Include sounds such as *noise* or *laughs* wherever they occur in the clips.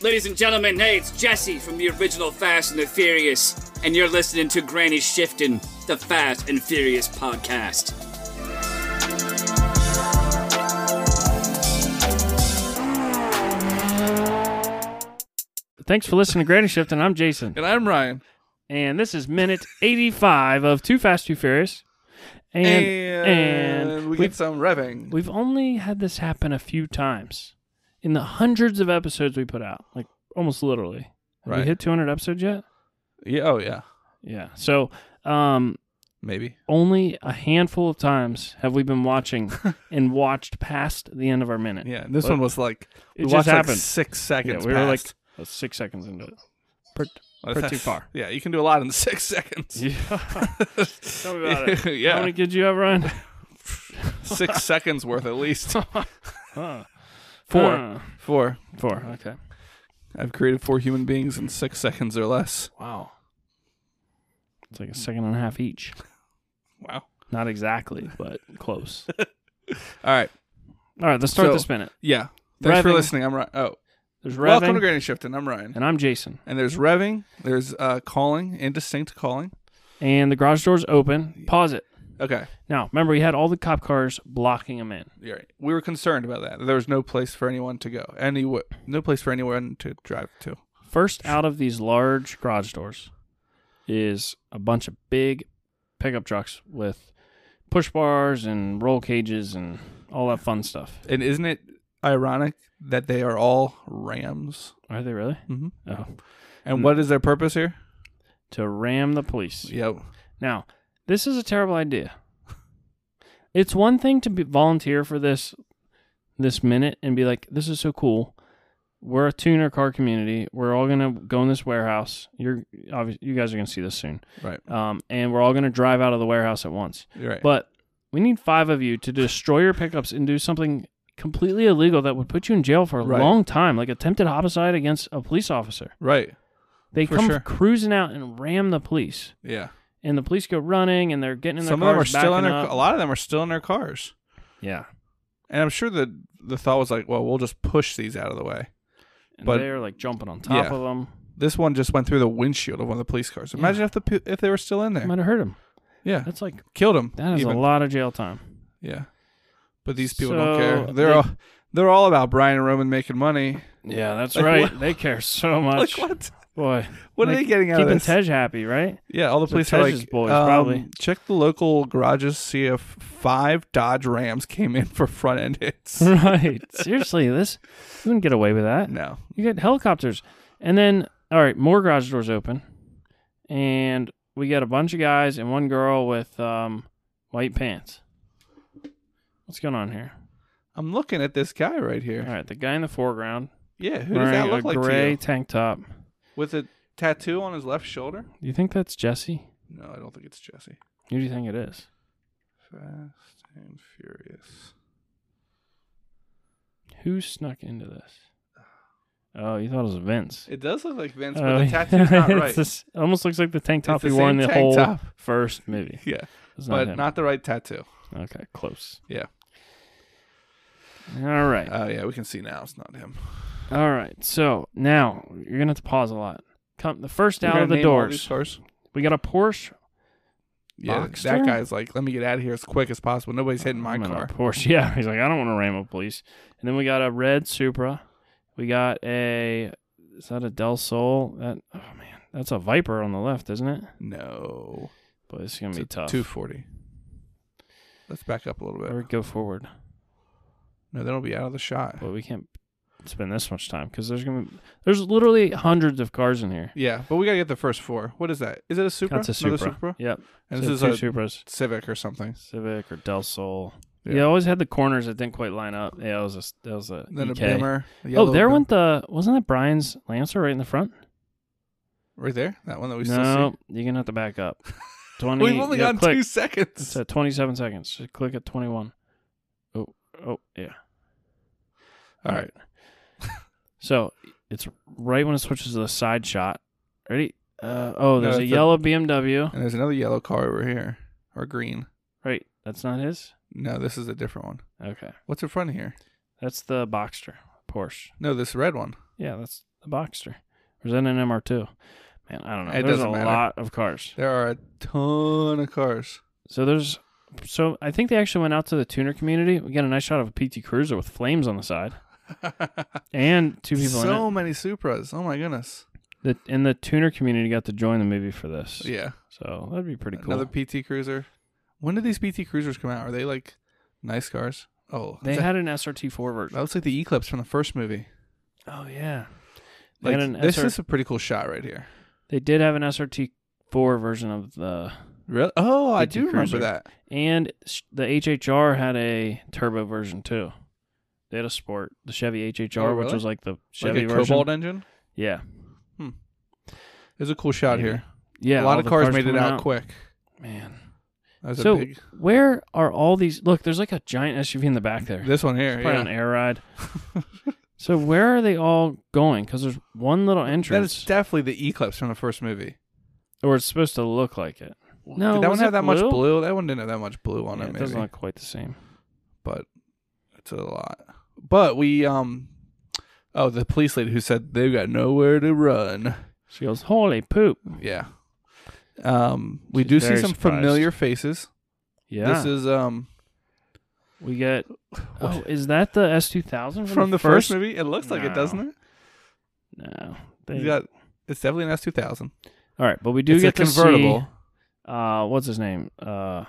Ladies and gentlemen, hey, it's Jesse from the original Fast and the Furious, and you're listening to Granny Shifting, the Fast and Furious podcast. Thanks for listening to Granny Shift, and I'm Jason. And I'm Ryan. And this is minute 85 of Too Fast, Too Furious. And, and, we we've, get some revving. we've only had this happen a few times in the hundreds of episodes we put out, like almost literally. Have we Right. hit 200 episodes yet? yeah, oh yeah. Yeah. So, um, Maybe. only a handful of times have we been *laughs* watching and watched past the end of our minute. Yeah. This But one was like It we just watched like happened. six yeah, seconds. we were like past. uh, six seconds into *laughs* it. Per- Well, *laughs* pretty that's- far. Yeah, you can do a lot in *laughs* six seconds. yeah. Tell me about it. How yeah. many kids you have, Ryan? *laughs* *laughs* six seconds worth at least. Huh. Four. Huh. Four. Four. Okay. I've created four human beings in six seconds or less. Wow. It's like a second and a half each. Wow. Not exactly, but close. All right. All right, let's start So- this minute. Yeah. Thanks for Revving. listening. I'm Ryan. Oh, There's welcome to revving, Granny Shifting. I'm Ryan. and I'm Jason. And there's revving. There's uh, calling, indistinct calling. And the garage door's open. Pause it. Okay. Now, remember, we had all the cop cars blocking them in. You're right. We were concerned about that. There was no place for anyone to go. Any no place for anyone to drive to. First out of these large garage doors is a bunch of big pickup trucks with push bars and roll cages and all that fun stuff. And isn't it ironic that they are all rams? Are they really? Mhm. Oh. And what is their purpose here? To ram the police. Yep. Now, this is a terrible idea. It's one thing to be volunteer for this this minute and be like, "This is so cool. We're a tuner car community. We're all gonna go in this warehouse. You're obviously you guys are gonna see this soon, Right. um, and we're all gonna drive out of the warehouse at once. You're right. But we need five of you to destroy your pickups and do something completely illegal that would put you in jail for a Right. long time, like attempted homicide against a police officer. right. They For come sure. cruising out and ram the police." Yeah. and the police go running and they're getting in their Some of cars them are still in backing their. up. A lot of them are still in their cars. yeah And I'm sure the the thought was like, well, we'll just push these out of the way. and But- they're like jumping on top Yeah. of them This one just went through the windshield of one of the police cars. Imagine if the pe- if they were still in there. might have hurt him yeah, that's like killed them. that is a lot of jail time Yeah, but these people don't So care. They're they- all they're all about Brian and Roman making money. yeah that's Like, right *laughs* what- they care so much Like what? boy What are Like, they getting out of keeping this? tej happy right *laughs* yeah, all the So police are Tej's like, boys, um, probably. check the local garages, see if five Dodge Rams came in for front end *laughs* hits. right seriously this you wouldn't get away with that no, you get helicopters and then all right more garage doors open and we got a bunch of guys and one girl with um, white pants what's going on here I'm looking at this guy right here. all right the guy in the foreground Yeah, who does wearing that look a like gray to you? tank top. With a tattoo on his left shoulder? Do you think that's Jesse? No, I don't think it's Jesse. Who do you think it is? Fast and Furious. Who snuck into this? Oh, you thought it was Vince. It does look like Vince, but Oh, *laughs* the tattoo's not it's right. this- it almost looks like the tank top It's the he wore in same the tank whole top. *laughs* first movie. Yeah, It's not but him. not the right tattoo. okay, close. Yeah. All right. Oh yeah, we can see now it's not him. All right. So now you're gonna have to pause a lot. Come the first We're out of gonna the name all these doors. cars? We got a Porsche. Yeah, Boxster? that guy's like, let me get out of here as quick as possible. Nobody's hitting my I'm in a car. Porsche. *laughs* Yeah. He's like, I don't want to ram a police. And then we got a red Supra. We got a is that a Del Sol? That oh man, that's a Viper on the left, isn't it? No, But it's gonna it's be tough. two forty. Let's back up a little bit. Or go forward, No, that'll be out of the shot. but we can't spend this much time because there's gonna be, there's literally hundreds of cars in here. Yeah, but we gotta get the first four. What is that? Is it a Supra? That's a Supra. Another Supra? Yep. And So this is two a Supras, Civic or something. Civic or Del Sol. Yeah. Yeah. I always had the corners that didn't quite line up. Yeah, it was a that was a. Then EK. a Bimmer. a Oh, yellow there Bim- went the wasn't that Brian's Lancer right in the front? right there. That one that we still no, you're gonna have to back *laughs* up. Twenty. see. We've only yeah, got click. two It's seconds. at 27 seconds. Just click at 21. Oh, oh, yeah. All right. So it's right when it switches to the side shot. Ready? Uh, oh, there's a that's the- yellow BMW. And there's another yellow car over here, or green. Right. That's not his? No, this is a different one. Okay. What's in front of here? That's the Boxster Porsche. No, this red one. Yeah, that's the Boxster? Or is that an MR2? Man, I don't know. It there's a doesn't matter. lot of cars. There are a ton of *laughs* cars. So there's so I think they actually went out to the tuner community. We got a nice shot of a PT Cruiser with flames on the side and two people in it. so many Supras. Oh my goodness. The, and the tuner community got to join the movie for this. Yeah. So that'd be pretty cool. Another PT Cruiser. When did these PT Cruisers come out? Are they like nice cars? Oh, they that, had an SRT4 version. that looks like the Eclipse from the first movie. Oh yeah. They Like, had an this SR is a pretty cool shot right here. they did have an SRT4 version of the Really? Oh, I PT do remember Cruiser. that. and sh- the HHR had a turbo version too. They had a sport, the Chevy HHR, Oh, which really? was like the Chevy like a version. Cobalt engine. Yeah, There's a cool shot Maybe. here. yeah. a lot all of the cars, made it coming out, quick. Man, That was So- a big. where are all these? Look, there's like a giant SUV in the back there. This one here. Probably yeah. on air *laughs* ride. so where are they all going? Because there's one little That is entrance, definitely the Eclipse from the first movie. or it's supposed to look like it. No, Did that one was have it that blue? much blue? That one didn't have that much blue on Yeah, it, it maybe. doesn't look quite the same. but it's a lot. But we um oh the police lady who said they've got nowhere to run. She goes, "Holy poop!" Yeah. Um we She's do see very some surprised. familiar faces. Yeah, This is um we get. Oh, is that the S two thousand from the first, movie. It looks like No. it, doesn't it? No, He's they- got it's definitely an S two thousand. All right, but we do It's a get convertible. To see, uh, what's his name? Uh,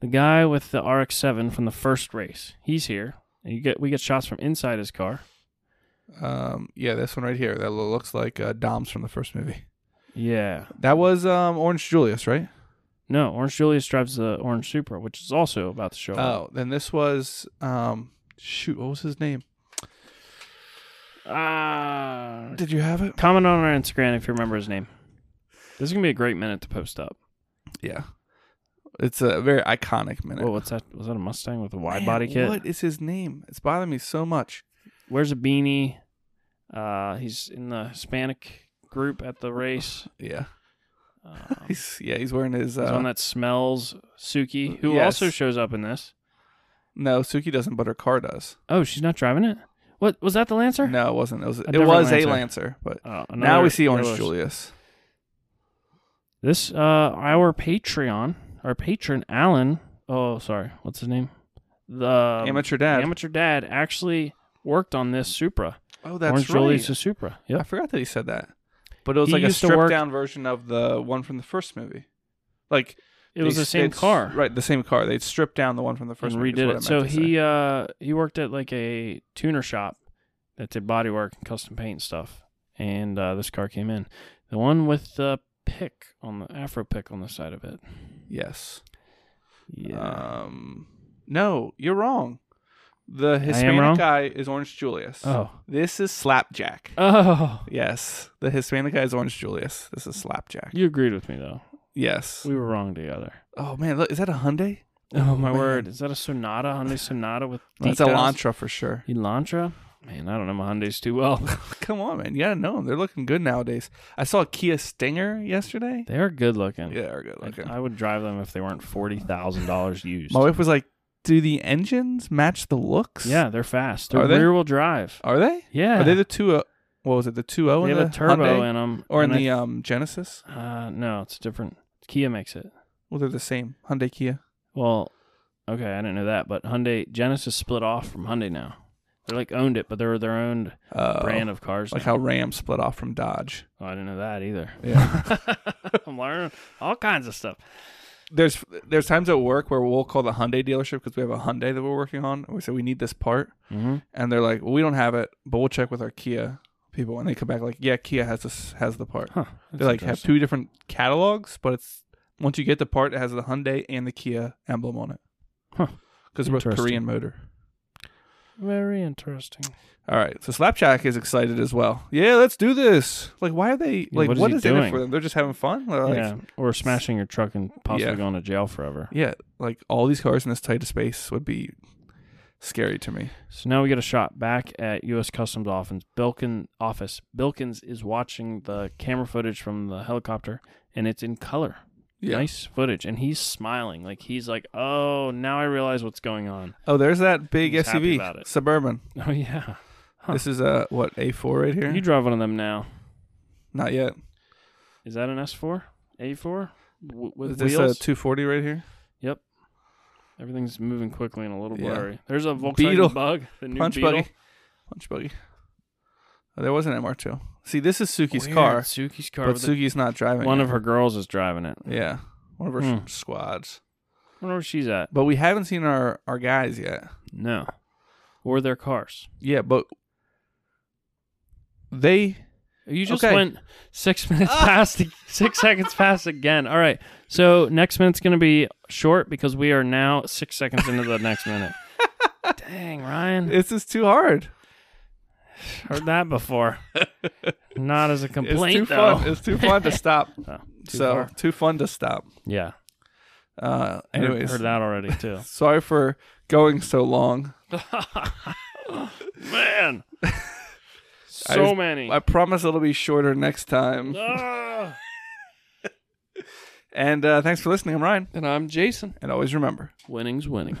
the guy with the RX-7 from the first race. He's here. And you get we get shots from inside his car. Um yeah, this one right here. That lo- looks like uh, Dom's from the first movie. Yeah. That was um Orange Julius, right? No, Orange Julius drives the orange Supra, which is also about to show up. Oh, then this was um shoot, what was his name? Oh. Ah. Did you have it? Comment on our Instagram if you remember his name. This is gonna be a great minute to post up. Yeah. It's a very iconic minute. Whoa, what's that? Was that a Mustang with a wide Man, body kit? What is his name? It's bothering me so much. Where's a beanie? Uh, he's in the Hispanic group at the race. *laughs* Yeah, Um, he's yeah he's wearing his. Uh, He's the one that smells Suki, who Yes. also shows up in this. no, Suki doesn't, but her car does. Oh, she's not driving it. What was that? The Lancer? No, it wasn't. It was, it different was a Lancer. Lancer, but Oh, another- now we see Orange there was- Julius. This uh, our Patreon, our patron Alan. Oh, sorry, what's his name? The Um, Amateur dad. Amateur dad actually worked on this Supra. oh, that's Orange right. Julius is Supra. I Yep. forgot that he said that. But it was He like a used to stripped work- down version of the one from the first movie. Like It was they- the same they'd s- car. Right, the same car. They'd stripped down the one from the first and movie. is redid what I it. So meant to say. he uh he worked at like a tuner shop that did body work and custom paint stuff. And uh, this car came in, the one with the pick on the Afro pick on the side of it. yes. Yeah, Um, no, you're wrong. The Hispanic wrong? guy is Orange Julius. Oh. This is Slapjack. Oh, Yes. The Hispanic guy is Orange Julius. This is Slapjack. you agreed with me though. Yes. We were wrong together. Oh, man. Look, is that a Hyundai? Oh my man. word! Is that a Sonata Hyundai Sonata with That's decals? Elantra for sure. *laughs* Elantra? Man, I don't know my Hyundai's too well. *laughs* Come on, man. You got to know them. They're looking good nowadays. I saw a Kia Stinger yesterday. they are good looking. Yeah, they're good looking. I, I would drive them if they weren't forty thousand dollars used. My wife was like, do the engines match the looks? yeah, they're fast. They're Are they? rear wheel drive. Are they? Yeah, Are they the 2 uh, What was it? The 2 0 They in have the a turbo Hyundai? in them, Or in the um, Genesis? uh, no, it's different. Kia makes it. Well, they're the same. Hyundai Kia. Well, okay, I didn't know that, but Hyundai Genesis split off from Hyundai now. They're like owned it, but they were their own Uh, brand of cars. Like now. how Ram split off from Dodge. Oh, I didn't know that either. Yeah. *laughs* I'm learning all kinds of stuff. there's there's times at work where we'll call the Hyundai dealership because we have a Hyundai that we're working on. And we say we need this part, Mm-hmm. and they're like, "Well, we don't have it, but we'll check with our Kia people." And they come back like, "Yeah, Kia has this has the part." Huh. they like have two different catalogs, but it's once you get the part, it has the Hyundai and the Kia emblem on it. Huh. Because they're both Interesting. Korean motor. Very interesting. All right, so Slapjack is excited as well. Yeah, let's do this. Like, why are they like? what is what he is in doing? it for them? They're just having fun. They're like, yeah, or smashing your truck and possibly Yeah. going to jail forever. Yeah, like all these cars in this tight of space would be scary to me. So now we get a shot back at U.S. Customs Office. Bilkin office. Bilkins is watching the camera footage from the helicopter, and it's in color. Yeah. Nice footage, and he's smiling like he's like, "Oh, now I realize what's going on." *laughs* Oh, there's that big He's happy SUV about it. Suburban. Oh yeah, Huh. This is a what A four right here? You drive one of them now. Not yet. Is that an S4? A4? W- with Is this wheels? a two forty right here? Yep. Everything's moving quickly and a little Yeah. blurry. There's a Volkswagen Beetle. Bug, the new Punch Beetle. buggy. Punch buggy. Oh, there was an MR two. See, this is Suki's Weird, car, Suki's car. but with the- Suki's not driving. one it. of her girls is driving it. yeah, one of her Hmm. s- squads. I wonder where she's at. But we haven't seen our our guys yet. No. Or their cars. Yeah, but they You just Okay. Ah. went six *laughs* minutes past, six seconds past again. All right. So next minute's going to be short because we are now six seconds into the next *laughs* minute. Dang, Ryan. this is too hard. Heard that before. Not as a complaint, it's too though. fun. It's *laughs* too fun to stop. Oh, too so far. too fun to stop. yeah. Uh, Heard- anyways, heard that already, *laughs* too. sorry for going so long. Man. I So just- many. I promise it'll be shorter next time. Ah. And uh, thanks for listening. I'm Ryan, And I'm Jason. and always remember. Winning's winning.